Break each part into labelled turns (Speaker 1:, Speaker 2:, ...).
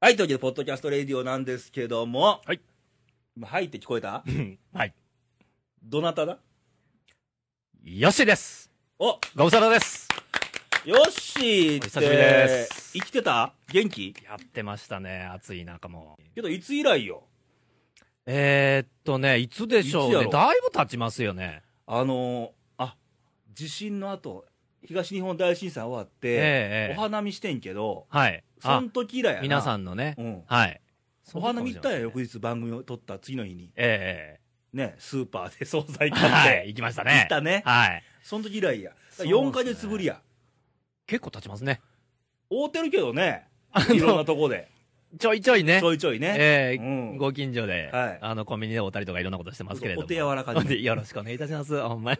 Speaker 1: はい、というわけで、ポッドキャストレディオなんですけども、
Speaker 2: はい。
Speaker 1: 今はいって聞こえた
Speaker 2: はい。
Speaker 1: どなただ
Speaker 2: よっしーです。
Speaker 1: お
Speaker 2: ご無沙汰です。
Speaker 1: よっしーって、
Speaker 2: お久しぶりです
Speaker 1: 生きてた元気
Speaker 2: やってましたね、暑い中も。
Speaker 1: けど、いつ以来よ。
Speaker 2: えー、っとね、いつでしょ
Speaker 1: いつや
Speaker 2: うね。
Speaker 1: ろ
Speaker 2: だいぶ経ちますよね。
Speaker 1: あのー、あ、地震の後、東日本大震災終わって、
Speaker 2: ええええ
Speaker 1: お花見してんけど、
Speaker 2: はい。
Speaker 1: そ
Speaker 2: あ
Speaker 1: の、時以来やな。
Speaker 2: 皆さんのね。
Speaker 1: うん。
Speaker 2: はい。
Speaker 1: お花見行ったんや、翌
Speaker 2: 日。
Speaker 1: 日番組を撮った次の日に。
Speaker 2: え
Speaker 1: ね、スーパー で惣菜買っ
Speaker 2: え
Speaker 1: て。
Speaker 2: はい。行きましたね。
Speaker 1: 行ったね
Speaker 2: はい。
Speaker 1: その時以来や。
Speaker 2: そうですね
Speaker 1: 4ヶ月ぶりや。
Speaker 2: 結構経ちますね。
Speaker 1: 会うてるけどね、
Speaker 2: の
Speaker 1: いろんなとこで。
Speaker 2: ちょいちょいね
Speaker 1: ち。ょいちょいね。
Speaker 2: ええ
Speaker 1: うん
Speaker 2: ご近所で、
Speaker 1: はい
Speaker 2: あの、コンビニでおたりとかいろんなことしてますけれども。
Speaker 1: お手柔らか に
Speaker 2: よろしくお願いいたします。ほんまに。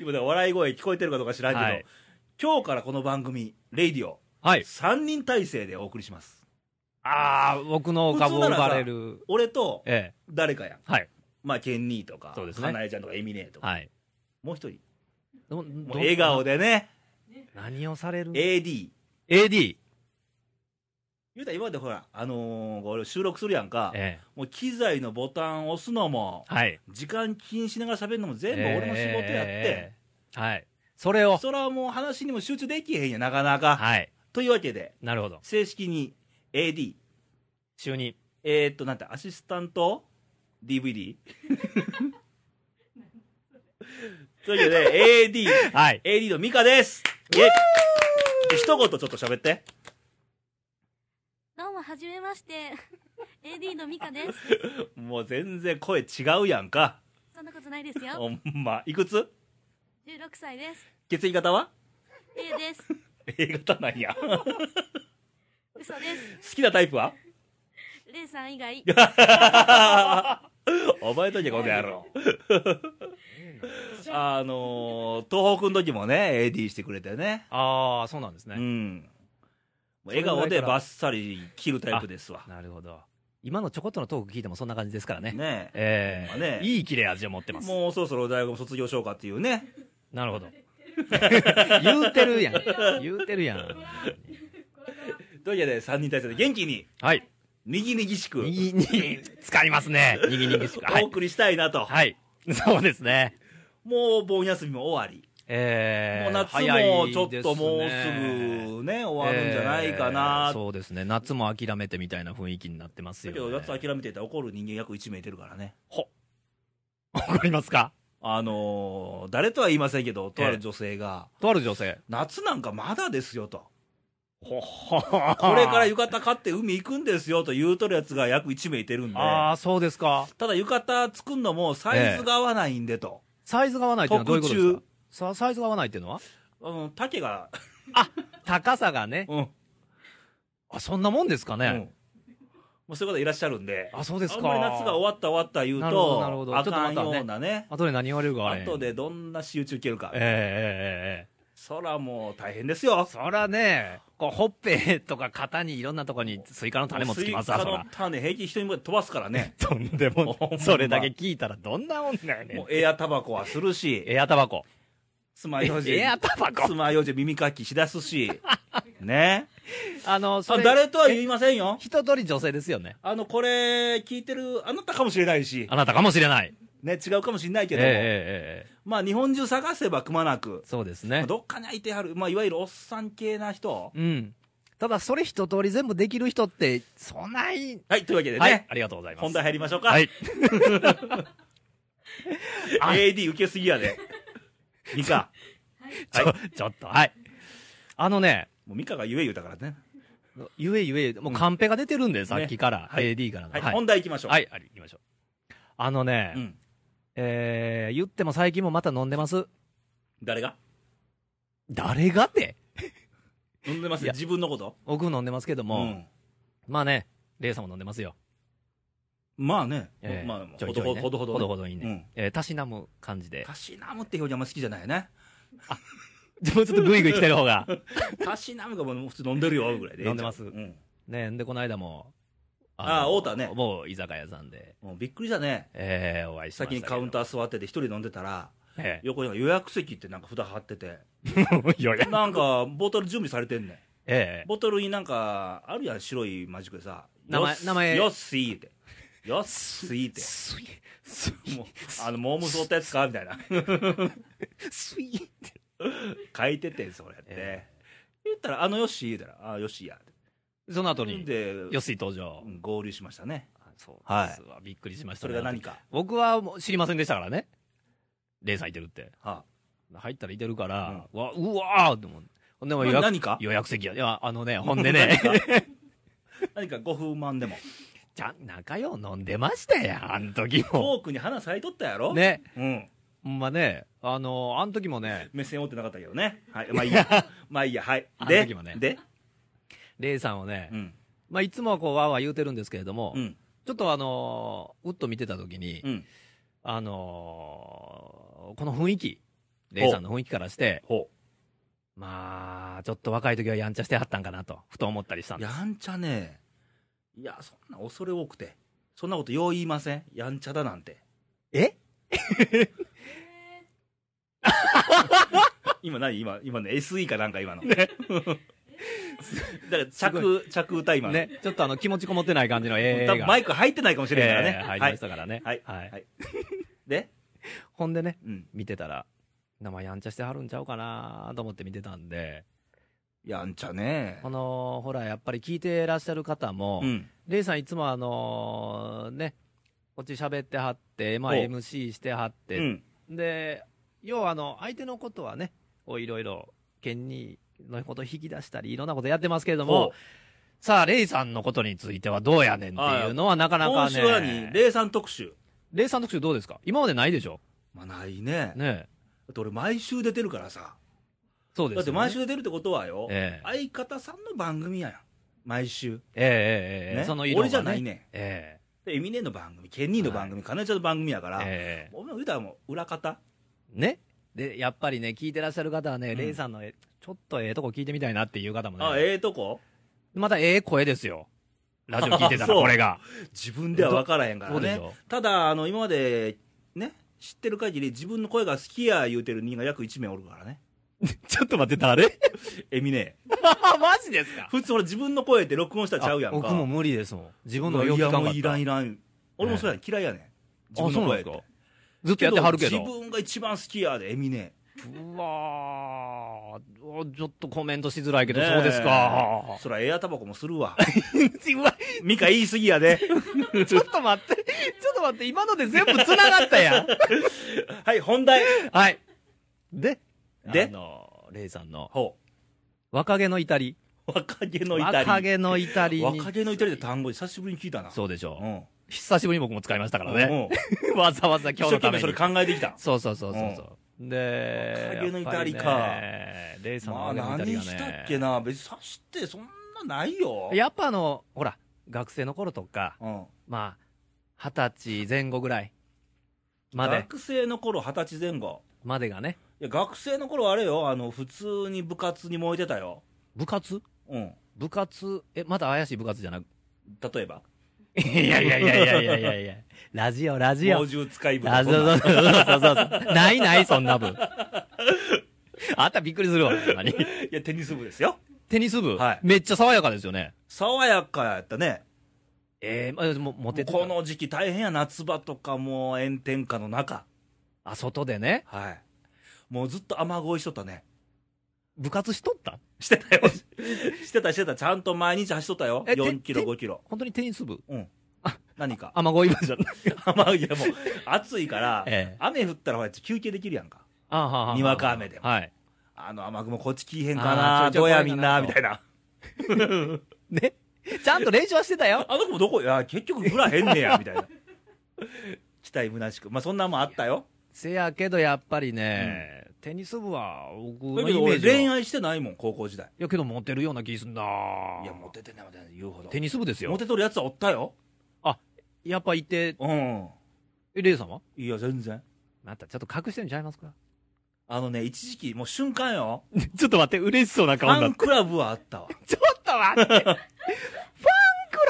Speaker 1: 今では笑い声聞こえてるかどうか知らんけど、
Speaker 2: はい
Speaker 1: 今日からこの番組「レイディオ
Speaker 2: はい。
Speaker 1: 3人体制でお送りします
Speaker 2: ああ、僕の株を奪われる。
Speaker 1: 俺と
Speaker 2: ええ
Speaker 1: 誰かやん
Speaker 2: はい。
Speaker 1: まあケンニーとか
Speaker 2: そうですね
Speaker 1: かなえちゃんとかエミネーとか、
Speaker 2: はい。
Speaker 1: もう一人
Speaker 2: ど
Speaker 1: もう笑顔
Speaker 2: で。
Speaker 1: でね
Speaker 2: 何をされる
Speaker 1: AD
Speaker 2: ?AD。
Speaker 1: 言うたら今までほらあのーこれ収録するやんか
Speaker 2: ええ
Speaker 1: もう機材のボタン押すのも
Speaker 2: はい。
Speaker 1: 時間気にしながら喋るのも全部俺の仕事やって、
Speaker 2: ええはい。それを。
Speaker 1: それはもう話にも集中できへんやなかなか、
Speaker 2: はい。
Speaker 1: というわけで
Speaker 2: なるほど。
Speaker 1: 正式に AD
Speaker 2: 就任。
Speaker 1: えー、っと、なんて、アシスタント DVD? というわけで、AD、
Speaker 2: はい。
Speaker 1: AD のミカです。イェイで一言ちょっと喋って。
Speaker 3: どうも、はじめまして。AD のミカです。
Speaker 1: もう全然声違うやんか。
Speaker 3: そんなことないですよ。
Speaker 1: ほんま、いくつ
Speaker 3: 16歳です。
Speaker 1: 血液型は
Speaker 3: A です。
Speaker 1: ?A 型なんや。好
Speaker 3: 嘘です。
Speaker 1: きなタイプは
Speaker 3: レイさん以外。
Speaker 1: 覚えとけ、この野郎。あのー、東北の時もね、AD してくれてね。
Speaker 2: ああ、そうなんです
Speaker 1: う
Speaker 2: ね。
Speaker 1: ん。もう笑顔でバッサリ切るタイプですわ。
Speaker 2: なるほど。今のちょこっとのトーク聞いてもそんな感じですからね。
Speaker 1: ねえ。ほ
Speaker 2: え
Speaker 1: ん
Speaker 2: え
Speaker 1: まね
Speaker 2: いい切れ味を持ってます。
Speaker 1: もうそろそろ大学も卒業しようかっていうね。
Speaker 2: なる ほど。言うてるやん。言うてるやん。
Speaker 1: というわけで、3人体制で元気に、
Speaker 2: はい。
Speaker 1: にぎにぎしく、
Speaker 2: にぎに、使いますね。にぎにぎしく。は
Speaker 1: お
Speaker 2: い。
Speaker 1: 送りしたいなと。
Speaker 2: はい。そうですね。
Speaker 1: もう盆休みも終わり。
Speaker 2: え
Speaker 1: もう
Speaker 2: ー
Speaker 1: 夏
Speaker 2: 早い
Speaker 1: もちょっともう
Speaker 2: ですね
Speaker 1: すぐね、終わるんじゃないかな
Speaker 2: えー。そうですね夏も諦めてみたいな雰囲気になってます
Speaker 1: だ
Speaker 2: よ、
Speaker 1: け
Speaker 2: ね、
Speaker 1: ど、夏諦めてたら怒る人間約1名いてるからね。
Speaker 2: 怒りますか
Speaker 1: あのー、誰とは言いませんけど、とある女性が、
Speaker 2: とある女性
Speaker 1: 夏なんかまだですよと。
Speaker 2: ほほ
Speaker 1: こ
Speaker 2: こ
Speaker 1: れから浴衣買って海行くんですよと言うとるやつが約1名いてるんで、
Speaker 2: ああそうですか
Speaker 1: ただ浴衣作んのもサイズが合わないんでと。
Speaker 2: サイズが合わないっていうのはどういうことです
Speaker 1: 特
Speaker 2: かさサイズが合わないっていうのは
Speaker 1: あの、丈 が、
Speaker 2: 高さがね
Speaker 1: うん、
Speaker 2: あそんなもんですか
Speaker 1: うん
Speaker 2: ね、
Speaker 1: もうそういう方いらっしゃるんで、
Speaker 2: あそうですか
Speaker 1: あんまり夏が終わった終わった言う
Speaker 2: なるほどなるほ
Speaker 1: と、
Speaker 2: ど
Speaker 1: あ
Speaker 2: ちょっと
Speaker 1: か
Speaker 2: ま
Speaker 1: ん
Speaker 2: たね
Speaker 1: ようなね、
Speaker 2: 後で何言われるかあれ
Speaker 1: 後でどんな仕打ち受けるか、
Speaker 2: ええええええ
Speaker 1: そらもう大変ですよ、
Speaker 2: そらねこうほっぺとか肩にいろんなとこにスイカの種もつきますわ
Speaker 1: スイ
Speaker 2: そ
Speaker 1: カの
Speaker 2: ら
Speaker 1: 種、平気人に向けて飛ばすからね、
Speaker 2: とんでも
Speaker 1: ほんま
Speaker 2: それだけ聞いたらどんなもんだよね
Speaker 1: もうんエアタバコはするし、
Speaker 2: エアタバコ
Speaker 1: 爪楊枝、
Speaker 2: エアタバコ
Speaker 1: 爪楊枝耳かきしだす し、ね、
Speaker 2: あの、そ
Speaker 1: あ
Speaker 2: れ、
Speaker 1: 誰とは言いませんよ、
Speaker 2: 一通り女性ですよね。
Speaker 1: あのこれ、聞いてるあなたかもしれないし、
Speaker 2: あなたかもしれない。
Speaker 1: ね、違うかもしれないけ
Speaker 2: え
Speaker 1: ども、
Speaker 2: ええええ
Speaker 1: まあ、日本中探せばくまなく
Speaker 2: え。そうですね。
Speaker 1: どっかにいてはる、まあ、いわゆるおっさん系な人。
Speaker 2: うん。ただ、それ一通り全部できる人って、そない、
Speaker 1: はい、というわけでね、
Speaker 2: はい、ありがとうございます。
Speaker 1: 本題入りましょう か。
Speaker 2: はい。あ
Speaker 1: AD 受けすぎやで。ミカ。
Speaker 2: ちょ、 ちょっと、はい。あのね、
Speaker 1: もうミカが言え言うたからね。
Speaker 2: ゆえゆえ、もうカンペが出てるんで、さっきから、
Speaker 1: はい
Speaker 2: AD からの。
Speaker 1: はい、
Speaker 2: はい。
Speaker 1: 本題行きましょう。
Speaker 2: はい、あり行きましょう。あのね、
Speaker 1: うん。
Speaker 2: えー、言っても最近もまた飲んでます。
Speaker 1: 誰が
Speaker 2: 誰がって
Speaker 1: 飲んでます
Speaker 2: いや
Speaker 1: 自分のこと
Speaker 2: 僕飲んでますけども、
Speaker 1: ん
Speaker 2: まあね、レイさんも飲んでますよ。
Speaker 1: まあね。
Speaker 2: ええ
Speaker 1: まあ、
Speaker 2: ちょ
Speaker 1: ほ
Speaker 2: いち
Speaker 1: どほ
Speaker 2: ょ
Speaker 1: ど
Speaker 2: いね
Speaker 1: ほど
Speaker 2: ほどほどいいね。
Speaker 1: うん
Speaker 2: えーたしなむ感じで。
Speaker 1: たしなむって表現あんま好きじゃないよね。
Speaker 2: もうちょっとグイグイ来てる方が。
Speaker 1: たしなむがもう普通飲んでるよ、ぐらいで。
Speaker 2: 飲んでます
Speaker 1: うん。
Speaker 2: ねんで、この間も。
Speaker 1: あ
Speaker 2: の
Speaker 1: 会うたね
Speaker 2: もう居酒屋さんで、
Speaker 1: もうびっくりだね。
Speaker 2: えー、お会いしました
Speaker 1: 先
Speaker 2: け
Speaker 1: に
Speaker 2: ど。
Speaker 1: カウンター座ってて一人飲んでたら、
Speaker 2: ええ
Speaker 1: 横に予約席ってなんか札貼ってて、
Speaker 2: よや
Speaker 1: なんかボトル準備されてんねん。
Speaker 2: ええ
Speaker 1: ボトルになんかあるやん白いマジックでさ
Speaker 2: 名前
Speaker 1: よっ
Speaker 2: 名前
Speaker 1: よっすいってよっすい って
Speaker 2: すいすい
Speaker 1: もうあのモームソーったやつかみたいな
Speaker 2: すいって
Speaker 1: 書いててそれって、
Speaker 2: え
Speaker 1: 言ったら「あのよっしー」言うたら「ああよっしーや」って
Speaker 2: その後に
Speaker 1: で
Speaker 2: よすい登場
Speaker 1: うん合流しましたね
Speaker 2: あそう
Speaker 1: はい
Speaker 2: ですわびっくりしました
Speaker 1: そ
Speaker 2: ね
Speaker 1: れが何か、
Speaker 2: 僕はもう知りませんでしたからねレイさんいてるって
Speaker 1: は
Speaker 2: 入ったらいてるから、うわうわーって思うほんでもう予
Speaker 1: な
Speaker 2: 約
Speaker 1: 何か
Speaker 2: 予約席やいやあのねほん でね
Speaker 1: 何かご不満で も
Speaker 2: ちゃん仲よう飲んでましたやんあの時
Speaker 1: フ
Speaker 2: も
Speaker 1: ォークに花咲いとったやろ、
Speaker 2: ね
Speaker 1: うん、
Speaker 2: ほんまねあのあの時もね
Speaker 1: 目線追ってなかったけどね、はい、まあいいや まあいいやはい
Speaker 2: あの
Speaker 1: で
Speaker 2: 時もね
Speaker 1: で、
Speaker 2: レイさんをね、
Speaker 1: うん
Speaker 2: まあ、いつもはこうわーわー言うてるんですけれども、
Speaker 1: うん
Speaker 2: ちょっとあのーうっと見てた時に、
Speaker 1: うん、
Speaker 2: あのーこの雰囲気レイさんの雰囲気からして
Speaker 1: ほ
Speaker 2: まあちょっと若い時はやんちゃしてはったんかなとふと思ったりしたん
Speaker 1: う
Speaker 2: で
Speaker 1: や
Speaker 2: す
Speaker 1: んちゃねいやそんな恐れ多くてそんなことよう言いませんやんちゃだなんて
Speaker 2: え
Speaker 1: 今何今今ね SE かなんか今の、 だから着着歌今の、
Speaker 2: ね、ちょっとあの気持ちこもってない感じの映
Speaker 1: 多分
Speaker 2: 画
Speaker 1: マイク入ってないかもしれんからね、
Speaker 2: えー入り
Speaker 1: は
Speaker 2: まし
Speaker 1: い
Speaker 2: たからね、
Speaker 1: はいで、
Speaker 2: ほんでね
Speaker 1: うん、
Speaker 2: 見てたら生やんちゃしてはるんちゃうかなと思って見てたんで
Speaker 1: やんちゃね
Speaker 2: このほらやっぱり聞いてらっしゃる方も、
Speaker 1: うん
Speaker 2: レイさんいつもあのねこっち喋ってはって、まあ、
Speaker 1: お
Speaker 2: MC してはっ
Speaker 1: う
Speaker 2: て、
Speaker 1: ん
Speaker 2: で要はあの相手のことはねおいろいろ県にのこと引き出したりいろんなことやってますけれども
Speaker 1: ほ
Speaker 2: さあレイさんのことについてはどうやねんっていうのはなか
Speaker 1: う
Speaker 2: なか
Speaker 1: 今週は何
Speaker 2: ね
Speaker 1: レイさん特集
Speaker 2: レイさん特集どうですか今までないでしょ
Speaker 1: まあないね
Speaker 2: ねえ
Speaker 1: だって俺毎週出てるからさ
Speaker 2: そうです
Speaker 1: だ
Speaker 2: よ
Speaker 1: って毎週出てるってことはよ、
Speaker 2: え
Speaker 1: 相
Speaker 2: え
Speaker 1: 方さんの番組ややん毎週、
Speaker 2: ええええええ
Speaker 1: ね、
Speaker 2: その色が、ね、
Speaker 1: 俺じゃないねん
Speaker 2: え
Speaker 1: でエミネの番組ケンニーの番組、カネちゃんの番組やか
Speaker 2: え
Speaker 1: ら、
Speaker 2: ええ
Speaker 1: 俺の歌はもう裏方
Speaker 2: ねでやっぱりね聞いてらっしゃる方はね、
Speaker 1: うん
Speaker 2: レイさんのえちょっとええとこ聞いてみたいなっていう方もね
Speaker 1: あええとこ
Speaker 2: またええ声ですよラジオ聞 いてたら
Speaker 1: そう
Speaker 2: これが
Speaker 1: 自分では分からへんから
Speaker 2: そうで
Speaker 1: ね
Speaker 2: しょ
Speaker 1: ただあの今までね知ってる限り自分の声が好きや言うてる人が約1名おるからね
Speaker 2: ちょっと待って誰
Speaker 1: エミネ
Speaker 2: マジですか
Speaker 1: 普通俺自分の声って録音したらちゃうやんか
Speaker 2: 僕も無理ですもん自分の
Speaker 1: い
Speaker 2: よく
Speaker 1: や
Speaker 2: 聞かん
Speaker 1: も
Speaker 2: か
Speaker 1: う
Speaker 2: った
Speaker 1: いらんいらん俺もそうやねん嫌いやねん自分
Speaker 2: あそ
Speaker 1: の
Speaker 2: うな
Speaker 1: 声
Speaker 2: んで
Speaker 1: っ
Speaker 2: す
Speaker 1: て
Speaker 2: かずっとやってはるけど
Speaker 1: 自分が一番好きやでエミネ
Speaker 2: うわーちょっとコメントしづらいけど、
Speaker 1: ねえ
Speaker 2: そうですか
Speaker 1: そらエアタバコもするわ
Speaker 2: うわ
Speaker 1: ミカ言い過ぎやで
Speaker 2: ちょっと待ってちょっと待って今ので全部つながったやん
Speaker 1: はい本題
Speaker 2: はい。で、
Speaker 1: で
Speaker 2: あの、レイさんの、
Speaker 1: ほ
Speaker 2: 若気の至り。
Speaker 1: う若気の至り
Speaker 2: 若気の至りに。
Speaker 1: 若気の至りって単語久しぶりに聞いたな
Speaker 2: そうでしょ
Speaker 1: う
Speaker 2: う。
Speaker 1: ん
Speaker 2: 久しぶりに僕も使いましたからね。
Speaker 1: うん
Speaker 2: わざわざ
Speaker 1: 一
Speaker 2: 今
Speaker 1: 生懸
Speaker 2: 日のた
Speaker 1: 命
Speaker 2: め
Speaker 1: それ
Speaker 2: に。
Speaker 1: 考えてきた
Speaker 2: そうそうそうそうそう。で、
Speaker 1: 若気の至りか
Speaker 2: やっぱねレイさんの
Speaker 1: まあ
Speaker 2: 若気の至
Speaker 1: 何
Speaker 2: りがね。
Speaker 1: したっけな別に刺してそんなないよ
Speaker 2: やっぱあの、ほら、学生の頃とか、
Speaker 1: うん
Speaker 2: まあ、二十歳前後ぐらいまで、
Speaker 1: 学生の頃二十歳前後
Speaker 2: までがね、
Speaker 1: いや学生の頃あれよあの普通に部活に燃えてたよ
Speaker 2: 部活
Speaker 1: うん
Speaker 2: 部活、え、まだ怪しい部活じゃなく、
Speaker 1: 例えば
Speaker 2: い やいやいやいやいやいやいや、ラジオ、ラジオ
Speaker 1: 猛。獣使い部
Speaker 2: あ、
Speaker 1: と
Speaker 2: そ
Speaker 1: か
Speaker 2: う
Speaker 1: そん
Speaker 2: そ
Speaker 1: な
Speaker 2: うそうそうそうそう。 ないない、そんな部。あったらびっくりするわ、ほんまに
Speaker 1: いやテニス部ですよ
Speaker 2: テニス部、
Speaker 1: はい
Speaker 2: めっちゃ爽やかですよね。
Speaker 1: 爽やかやったね
Speaker 2: ええまあ、もモテてた
Speaker 1: この時期大変や夏場とかもう炎天下の中
Speaker 2: あ、外でね、
Speaker 1: はいもうずっと雨乞いしとったね
Speaker 2: 部活しとった
Speaker 1: してたよしてたしてたちゃんと毎日走っとったよ
Speaker 2: えて
Speaker 1: 4キロ
Speaker 2: て
Speaker 1: 5キロ
Speaker 2: 本当にテニス部
Speaker 1: うん何か
Speaker 2: 雨乞い部じゃない。
Speaker 1: 雨いやもう暑いから、
Speaker 2: ええ
Speaker 1: 雨降ったらほら休憩できるやんか
Speaker 2: あはは
Speaker 1: にわか雨でも
Speaker 2: はい。
Speaker 1: あの雨雲こっち来いへんか
Speaker 2: あー
Speaker 1: な
Speaker 2: ちょ
Speaker 1: ど
Speaker 2: いうちょ
Speaker 1: や
Speaker 2: い来
Speaker 1: み
Speaker 2: いか
Speaker 1: んな
Speaker 2: なと
Speaker 1: みたいな
Speaker 2: ね。ちゃんと練習はしてたよ。
Speaker 1: あの子もどこいや結局降らへんねやみたい な期待虚しくまあそんなんもんあったよ
Speaker 2: せやけど、やっぱりね、テニス部は、
Speaker 1: だ
Speaker 2: 僕の
Speaker 1: け
Speaker 2: イ
Speaker 1: ど
Speaker 2: メ
Speaker 1: 俺
Speaker 2: ージは。
Speaker 1: 恋
Speaker 2: い
Speaker 1: 愛してないもん高校時代
Speaker 2: やけど、モテるような気すんな。
Speaker 1: いやモテてないモテてない言うほど
Speaker 2: テニス部ですよ
Speaker 1: モ。テとるやつはおったよ
Speaker 2: やっぱいて、
Speaker 1: うん
Speaker 2: えレイさんはい
Speaker 1: や全然
Speaker 2: またちょっと隠してるんちゃいますか
Speaker 1: あのね一時期もう瞬間よ
Speaker 2: ちょっと待って、嬉しそうな
Speaker 1: フ
Speaker 2: 顔に
Speaker 1: ァ
Speaker 2: なっ
Speaker 1: ン
Speaker 2: て。
Speaker 1: クラブはあったわ
Speaker 2: ちょっと待って。ファンク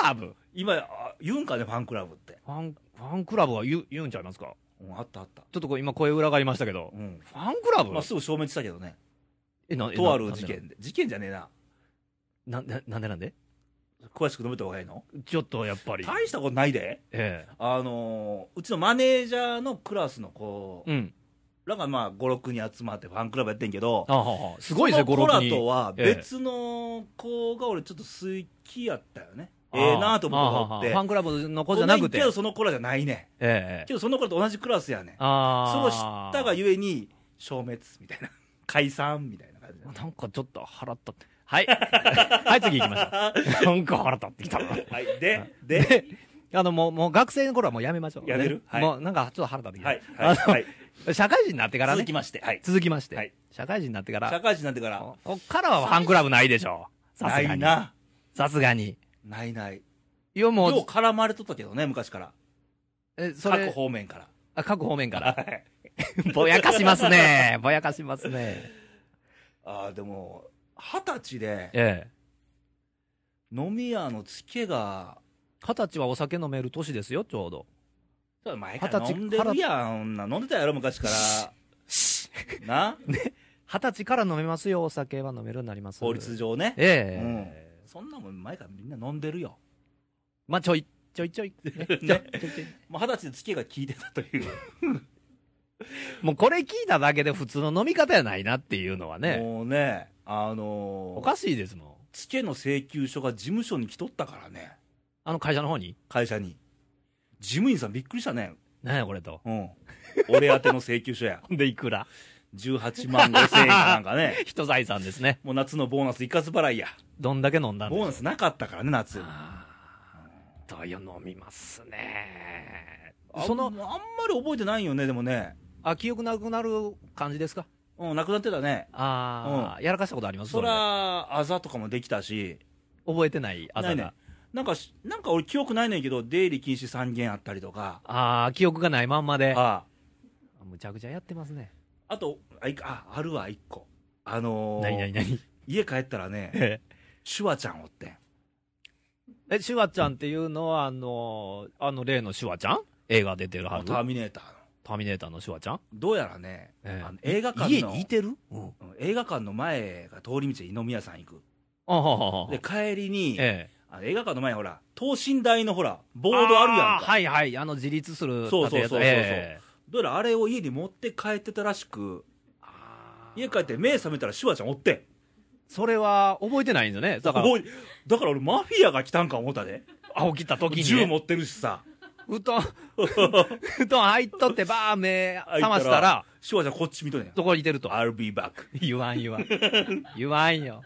Speaker 2: ラブフ
Speaker 1: 今あ言うんかねファンクラブって
Speaker 2: ァン、ファンクラブは言う、言うんちゃいますか
Speaker 1: うんあったあった
Speaker 2: ちょっとこう今声裏返りましたけど
Speaker 1: う。ん
Speaker 2: ファンクラブ、
Speaker 1: まあすぐ消滅したけどね
Speaker 2: え、な
Speaker 1: とある事。件で事件じゃねえな
Speaker 2: なななんでなんで
Speaker 1: 詳しく述べた方がいいの
Speaker 2: ちょっとやっぱり、
Speaker 1: 大したことないで、
Speaker 2: え
Speaker 1: あのーうちのマネージャーのクラスの子
Speaker 2: えうん
Speaker 1: らが、まあ、5、6人集まってファンクラブやってんけど、
Speaker 2: あははすごいですね
Speaker 1: その
Speaker 2: 56
Speaker 1: 子ら
Speaker 2: 人
Speaker 1: とは
Speaker 2: ええ
Speaker 1: 別の子が俺、ちょっと好きやったよね、ええなと思うことがおって、
Speaker 2: あーはーはーファンクラブの子じゃなくて
Speaker 1: けど、その子らじゃないね
Speaker 2: ええ
Speaker 1: けど、その子らと同じクラスやねん、
Speaker 2: あ
Speaker 1: そ
Speaker 2: あ
Speaker 1: うしたがゆえに、消滅みたいな、解散みたいな感じだね
Speaker 2: なんかちょっと腹立ってはい はい次行きましょう なんか腹立ってきたな
Speaker 1: はい、で、で、
Speaker 2: あのもうもう学生の頃はもうやめましょう、
Speaker 1: やめるはい
Speaker 2: もうなんかちょっと腹立ってきた、
Speaker 1: はい、はい、はい、
Speaker 2: あの社会人になってからね
Speaker 1: 続きまして、はい、
Speaker 2: 続きまして、
Speaker 1: はい
Speaker 2: 社会人になってから
Speaker 1: 社会人になってから、
Speaker 2: ここっからはファンクラブないでしょさ
Speaker 1: な
Speaker 2: すが
Speaker 1: い
Speaker 2: に
Speaker 1: な、
Speaker 2: さすがに
Speaker 1: ないない、
Speaker 2: いやも
Speaker 1: よう
Speaker 2: う
Speaker 1: 絡まれとったけどね、昔から、
Speaker 2: えそ
Speaker 1: 各
Speaker 2: れ
Speaker 1: 方面から。
Speaker 2: あ各方面か
Speaker 1: は
Speaker 2: ら
Speaker 1: い
Speaker 2: ぼやかしますねぼやかしますね
Speaker 1: あーでも、二十歳で
Speaker 2: ええ
Speaker 1: 飲み屋のツケが、
Speaker 2: 二十歳はお酒飲める年ですよちょうど
Speaker 1: ちょっと前から
Speaker 2: 二十
Speaker 1: 飲
Speaker 2: 歳
Speaker 1: んでるやん、女飲んでたやろ、昔から。 な、
Speaker 2: 二十歳から飲めますよお酒は飲めるようになります
Speaker 1: 法律上ね。
Speaker 2: ええ
Speaker 1: うん、そんなもん前からみんな飲んでるよ。
Speaker 2: まあちょいちょいちょい,、 ね、ちょい
Speaker 1: ね
Speaker 2: ちょいちょい
Speaker 1: まあ二十歳でツケが効いてたという、
Speaker 2: もうこれ聞いただけで普通の飲み方やないなっていうのはね
Speaker 1: もうね、あの
Speaker 2: お
Speaker 1: ー、
Speaker 2: かしいですもん
Speaker 1: ツケの請求書が事務所に来とったからね、
Speaker 2: あの会社の方に
Speaker 1: 会社に。事務員さんびっくりしたね。
Speaker 2: 何やこれと
Speaker 1: うん。俺宛ての請求書や。
Speaker 2: ほん でいくら
Speaker 1: 18万5千円かなんかね。
Speaker 2: 人財産ですね
Speaker 1: もう夏のボーナス一括払いや。
Speaker 2: どんだけ飲んだんです
Speaker 1: ボー
Speaker 2: か
Speaker 1: ナスなかったからね、夏。
Speaker 2: とよ飲みますね
Speaker 1: あん
Speaker 2: そ
Speaker 1: あ
Speaker 2: の
Speaker 1: んまり覚えてないよね、でもね。
Speaker 2: あ記憶なくなる感じですか
Speaker 1: うん、なくなってたね。
Speaker 2: ああ、やらかしたことあります
Speaker 1: そら、あざとかもできたし。
Speaker 2: それ覚えてないあざ
Speaker 1: な
Speaker 2: が
Speaker 1: いね。なんかし、なんか俺記憶ないねんけど、出入り禁止3件あったりとか。
Speaker 2: ああ記憶がないまんまで
Speaker 1: あ
Speaker 2: むちゃくちゃやってますね
Speaker 1: あ。あと、あ、いああるわ、1個。あのー
Speaker 2: 何何何
Speaker 1: 家帰ったらね、
Speaker 2: え
Speaker 1: シュワちゃんおってん。
Speaker 2: シュワちゃんっていうのはあのあの例のシュワちゃん映画出てるはず
Speaker 1: ターミネーターの。
Speaker 2: ターミネーターのシュワちゃん
Speaker 1: どうやらね、
Speaker 2: ええ
Speaker 1: あの映画館
Speaker 2: 家
Speaker 1: の
Speaker 2: にいてるうん
Speaker 1: うん映画館の前が通り道で飲み屋さん行く。
Speaker 2: あははは
Speaker 1: で、帰りに、
Speaker 2: ええ
Speaker 1: あの映画館の前にほら、等身大のほら、ボードあるやん
Speaker 2: ー
Speaker 1: か。
Speaker 2: はいはいあの自立する
Speaker 1: そうそうそうそうそう
Speaker 2: ええ
Speaker 1: どうやらあれを家に持って帰ってたらしく、
Speaker 2: あー
Speaker 1: 家帰って目覚めたらシュワちゃんおってん。
Speaker 2: それは覚えてないんですよね
Speaker 1: だ
Speaker 2: だか
Speaker 1: からら、だから俺マフィアが来たんか思ったで。
Speaker 2: あ、起きた時に、ね。
Speaker 1: 銃持ってるしさ。
Speaker 2: 布団、 布団入っとって、ばー目覚ましたら、、
Speaker 1: シュワちゃんこっち見とんねん。
Speaker 2: そこにいてると。
Speaker 1: I'll be back。
Speaker 2: 言わん言わん。言わんよ。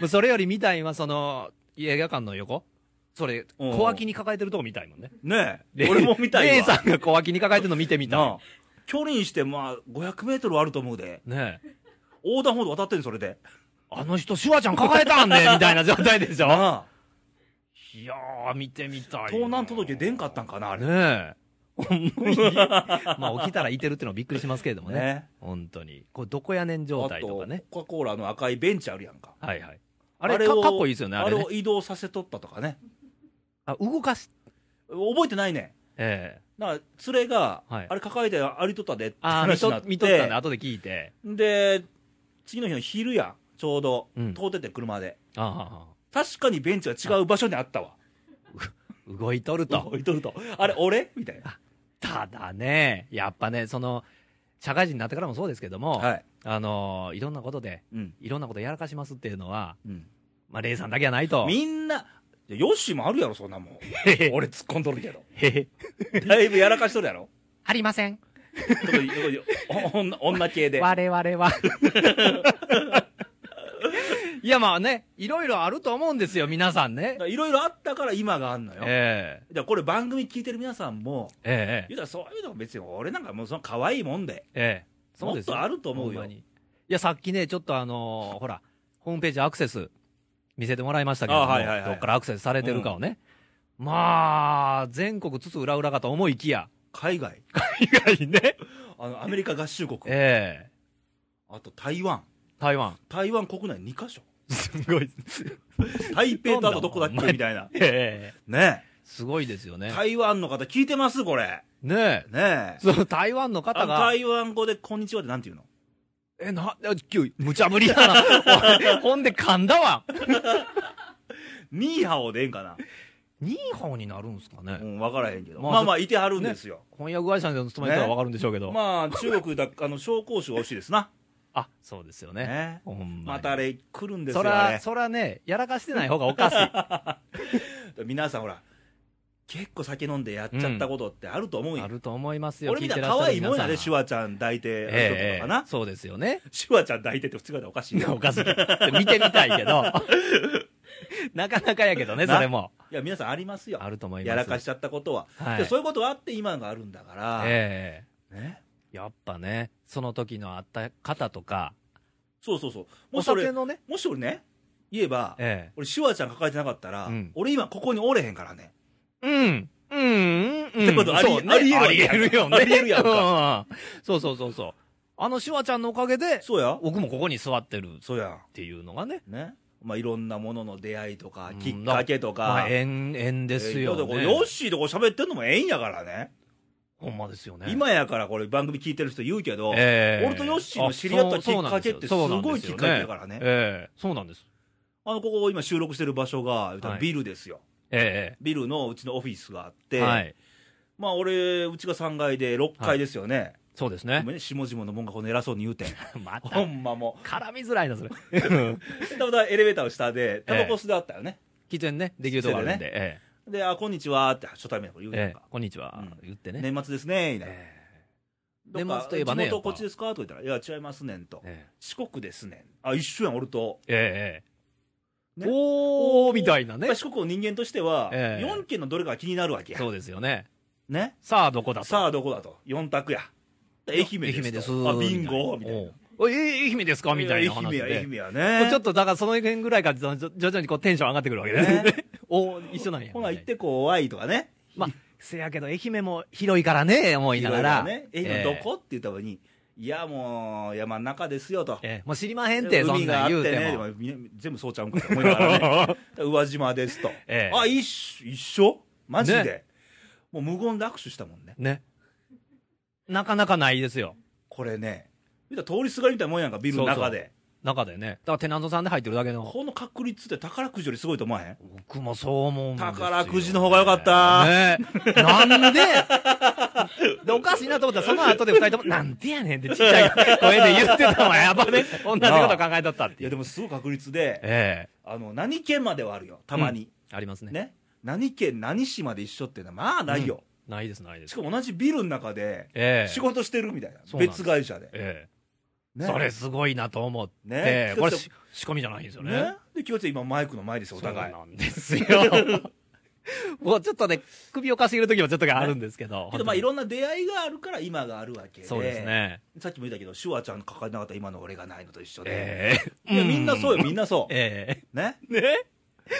Speaker 2: もうそれより見たいんは、その、映画館の横それ、
Speaker 1: うん
Speaker 2: 小脇に抱えてるとこ見たい もんね。
Speaker 1: ねえ
Speaker 2: レ、イ
Speaker 1: 俺も見たい
Speaker 2: レイ
Speaker 1: わ。
Speaker 2: さんが小脇に抱えてるの見てみ
Speaker 1: な
Speaker 2: た
Speaker 1: あ距離にしてまあ500メートルはあると思うで。
Speaker 2: い。ねえ。
Speaker 1: 横断歩道渡ってんのそれで。
Speaker 2: あの人、シュワちゃん抱えたんね、みた いな状態でしょ。
Speaker 1: あ
Speaker 2: いやー、見てみたいな。
Speaker 1: 盗難届出んかったんかな、あれ。
Speaker 2: ねえ。ほんまに まあ、起きたらいてるってのはびっくりしますけれどもね。
Speaker 1: ね
Speaker 2: 本当に。これ、どこやねん状態とかね。
Speaker 1: コカ・コーラの赤いベンチあるやんか。
Speaker 2: はいはい。あれ、
Speaker 1: あ
Speaker 2: か
Speaker 1: れを
Speaker 2: かっこいいですよね、あ
Speaker 1: あ
Speaker 2: れ
Speaker 1: れ
Speaker 2: ね
Speaker 1: を。移動させとったとかね。
Speaker 2: あ、動かし、
Speaker 1: 覚えてないね。
Speaker 2: ええ
Speaker 1: なんか連れが、
Speaker 2: はい
Speaker 1: あれ抱えて歩いとったでって
Speaker 2: ああ、見
Speaker 1: 話になっ
Speaker 2: と、
Speaker 1: て。
Speaker 2: 見とったんで、後で聞いて。
Speaker 1: で、次の日の昼やん、ちょうど、
Speaker 2: うん
Speaker 1: 通ってて車で。
Speaker 2: あああ
Speaker 1: 確かにベンチは違う場所にあったわ。
Speaker 2: あ、動いとると。
Speaker 1: 置いとると。あれ、俺みたいな。
Speaker 2: ただね、やっぱね、その、社会人になってからもそうですけども、
Speaker 1: はい。
Speaker 2: あのーいろんなことで、
Speaker 1: うん。
Speaker 2: いろんなことやらかしますっていうのは、
Speaker 1: うん。
Speaker 2: まあ、レイさんだけはないと。
Speaker 1: みんな、いやヨッシーもあるやろ、そんな もん。
Speaker 2: へへ
Speaker 1: 俺突っ込んどるけど。
Speaker 2: へへ
Speaker 1: だいぶやらかしとるやろ。
Speaker 2: ありません。
Speaker 1: ちょっとちょっと、お女女系で。
Speaker 2: 我々は。 いや、まあね、いろいろあると思うんですよ、皆さんね。
Speaker 1: いろいろあったから今があんのよ。だか
Speaker 2: ええ
Speaker 1: らこれ番組聞いてる皆さんも、
Speaker 2: ええ
Speaker 1: 言うたらそういうの別に俺なんかもうその可愛いもんで。
Speaker 2: ええ、そうですよ
Speaker 1: もっとあると思うよ
Speaker 2: ほんまにいや、さっきね、ちょっとあのーほら、ホームページアクセス見せてもらいましたけれども、
Speaker 1: あはいはいはい
Speaker 2: どっからアクセスされてるかをね。まあ、全国津々浦々かと思いきや、
Speaker 1: 海外。
Speaker 2: 以外ね、
Speaker 1: あの、アメリカ合衆国。
Speaker 2: ええ
Speaker 1: あと台湾。
Speaker 2: 台湾。
Speaker 1: 台湾国内2カ所。
Speaker 2: すごい。
Speaker 1: 台北とあとどこだっけみたいな。
Speaker 2: ええ
Speaker 1: ね
Speaker 2: すごいですよ
Speaker 1: え。
Speaker 2: ね。
Speaker 1: 台湾の方聞いてますこれ。
Speaker 2: ねえ。
Speaker 1: ねえ。
Speaker 2: その台湾の
Speaker 1: あ
Speaker 2: 方
Speaker 1: の
Speaker 2: が、
Speaker 1: 台湾語でこんにちはってなんて言うの
Speaker 2: え、な、あきゅう無茶ぶり やな。おいほんで噛んだわ。
Speaker 1: ニーハオでええんかな、
Speaker 2: ニーハオになるんすかね
Speaker 1: う。ん、分からへんけど、
Speaker 2: ま
Speaker 1: ま
Speaker 2: あ
Speaker 1: あ、まあいてはるんですよ、
Speaker 2: 翻訳会社に勤めてたらわかるんでしょうけど。
Speaker 1: まあ中国だあの紹興酒が欲しいですな、
Speaker 2: あ、そうですよね。
Speaker 1: ね、
Speaker 2: ほんま
Speaker 1: ま
Speaker 2: に
Speaker 1: たあれ来るんです
Speaker 2: そ
Speaker 1: よあれ
Speaker 2: ら、そらね、やらかしてない方がおかしい。
Speaker 1: 皆さんほら結構酒飲んでやっちゃったことってあると思うよ、
Speaker 2: あると思いますよ。
Speaker 1: 俺みたいな
Speaker 2: 聞
Speaker 1: 可
Speaker 2: てらっしゃる
Speaker 1: 愛いもんやで、
Speaker 2: 皆さ
Speaker 1: シュワちゃん抱いてる
Speaker 2: え
Speaker 1: 人と
Speaker 2: え
Speaker 1: かな。
Speaker 2: そうですよね。
Speaker 1: シュワちゃん抱いてって普通だったらおかしいな。
Speaker 2: おかしい。見てみたいけど。 なかなかやけどね、
Speaker 1: な
Speaker 2: それも。
Speaker 1: いや、皆さんありますよ。
Speaker 2: あると思います。
Speaker 1: やらかしちゃったことは。
Speaker 2: はい
Speaker 1: でそういうことがあって今があるんだから、
Speaker 2: え
Speaker 1: ね。
Speaker 2: えやっぱね、その時のあった方とか、
Speaker 1: そうそうそう。も
Speaker 2: お
Speaker 1: し
Speaker 2: 酒
Speaker 1: 俺、
Speaker 2: のね、
Speaker 1: もし俺ね、言えば、
Speaker 2: え
Speaker 1: 俺シュワちゃん抱えてなかったら、
Speaker 2: うん
Speaker 1: 俺今ここにおれへんからね。
Speaker 2: えうん。うん。うん。
Speaker 1: ってことあり
Speaker 2: そうね
Speaker 1: ありえる
Speaker 2: ありえるよね。
Speaker 1: ありえるやん
Speaker 2: うん。そうそうそうそう。あのシュワちゃんのおかげで、
Speaker 1: そうや。
Speaker 2: 僕もここに座ってるっ
Speaker 1: そうや。
Speaker 2: ていうのがね。
Speaker 1: ね。まあいろんなものの出会いとか
Speaker 2: う、ん
Speaker 1: きっかけと
Speaker 2: ま
Speaker 1: か
Speaker 2: あ、。縁、縁です
Speaker 1: えー
Speaker 2: よ
Speaker 1: だからこれ
Speaker 2: ね。
Speaker 1: ヨッシーとこ喋ってんのもええんやからね。
Speaker 2: ほんまですよね。
Speaker 1: 今やからこれ番組聞いてる人言うけど、
Speaker 2: ええ
Speaker 1: 俺とヨッシーの知り合ったきっかけってす
Speaker 2: そうそうなん
Speaker 1: ご
Speaker 2: で
Speaker 1: い
Speaker 2: す
Speaker 1: きっ
Speaker 2: よ
Speaker 1: かけだからね。
Speaker 2: ええそうなんです。
Speaker 1: あの、ここ今収録してる場所が、言うたら
Speaker 2: はい
Speaker 1: ビルですよ。
Speaker 2: え
Speaker 1: ビルのうちのオフィスがあっ
Speaker 2: え
Speaker 1: て、
Speaker 2: はい。
Speaker 1: まあ俺、うちが3階で6階ですよね。
Speaker 2: そうです
Speaker 1: ご
Speaker 2: ね
Speaker 1: め。んね、下々のもんがこの偉そうに言うてん。
Speaker 2: また
Speaker 1: ほ、んまも
Speaker 2: 絡みづらい な、それ。
Speaker 1: う。たまたまエレベーターの下で、タバコ吸であったよね。
Speaker 2: 喫煙ね、できるとこあるんで。え
Speaker 1: で、あ、こんにちはって初対面の子言
Speaker 2: え
Speaker 1: うてん
Speaker 2: え
Speaker 1: か
Speaker 2: え。こんにちは
Speaker 1: うん、
Speaker 2: 言ってね。
Speaker 1: 年末ですね、みたいな。
Speaker 2: え
Speaker 1: どっか
Speaker 2: 年末といえばね
Speaker 1: 地元こ
Speaker 2: やっ
Speaker 1: っ
Speaker 2: ぱ
Speaker 1: ちですかとか言ったら、いや、違いますねんと
Speaker 2: え。え
Speaker 1: 四国ですねん。あ、一緒やん、俺と。
Speaker 2: ええええ
Speaker 1: ね
Speaker 2: おーみたいな
Speaker 1: やっ
Speaker 2: ね
Speaker 1: ぱり。四国の人間としては、
Speaker 2: ええ
Speaker 1: 4県のどれかが気になるわけや。
Speaker 2: そうですよね。
Speaker 1: ね。
Speaker 2: さあ、どこだと
Speaker 1: さあ、どこだと。4択や。愛媛ですと。
Speaker 2: 愛媛です。
Speaker 1: あ、ビンゴみたいな。
Speaker 2: おう。ええ、愛媛ですかみたいな
Speaker 1: 愛
Speaker 2: 話
Speaker 1: 媛
Speaker 2: で。
Speaker 1: や、愛媛や
Speaker 2: こ
Speaker 1: ね。
Speaker 2: うちょっと、だからその辺ぐらいから徐徐々にこうテンション上がってくるわけですね。
Speaker 1: ね
Speaker 2: おー一緒なんや。
Speaker 1: ほな、行って怖いとかね。
Speaker 2: まあ、せやけど、愛媛も広いからね、思いながら。
Speaker 1: いろいろね。愛媛どこって言ったのに、いや、もう、山の中ですよと
Speaker 2: え。えええもう知りまへんて、そんなん言うて
Speaker 1: で
Speaker 2: も。
Speaker 1: もみんな全部そうちゃうんかと思いなが らね。宇和島ですと。
Speaker 2: ええ
Speaker 1: あ、一緒一緒マジ
Speaker 2: ね
Speaker 1: で。もう無言で握手したもんね。
Speaker 2: ね。なかなかないですよ。
Speaker 1: これね。言うたら通りすがりみたいなもんやんか、ビルの中で。
Speaker 2: 中でね。だからテナントさんで入ってるだけの。
Speaker 1: この確率って宝くじよりすごいと思わへん
Speaker 2: 僕もそう思うんですよ
Speaker 1: 宝くじの方が良かった
Speaker 2: ねなんでで、おかしいなと思ったら、その後で二人とも、なんでやねんってちっちゃい声で言ってたもん。やっぱね、同じこと考えとったっ
Speaker 1: い
Speaker 2: てい
Speaker 1: や、
Speaker 2: う。
Speaker 1: でもすごい確率で、
Speaker 2: え
Speaker 1: あの、何県まではあるよ、たまに。
Speaker 2: えありますね。
Speaker 1: ね、何県何市まで一緒っていうのはまあないよ、
Speaker 2: ないです、ないで
Speaker 1: し
Speaker 2: す。
Speaker 1: かも同じビルの中で
Speaker 2: ええ
Speaker 1: 仕事してるみたいな、
Speaker 2: そうなんです
Speaker 1: 別会社で、
Speaker 2: ええ
Speaker 1: ね
Speaker 2: それすごいなと思って。
Speaker 1: ね
Speaker 2: これし仕込みじゃないんですよ
Speaker 1: ね
Speaker 2: ね。
Speaker 1: で今日今マイクの前ですよお互い
Speaker 2: そうなんですよ。 もうちょっとね、首をかしげる時もちょっとがあるんですけど。
Speaker 1: けどまあ
Speaker 2: 本当に
Speaker 1: いろんな出会いがあるから今があるわけで
Speaker 2: そうですね。
Speaker 1: さっきも言ったけどシュワちゃん抱えてなかった今の俺がないのと一緒で、
Speaker 2: ええ
Speaker 1: いやみんなそう
Speaker 2: よ。
Speaker 1: よみんなそう、
Speaker 2: え
Speaker 1: ね
Speaker 2: えね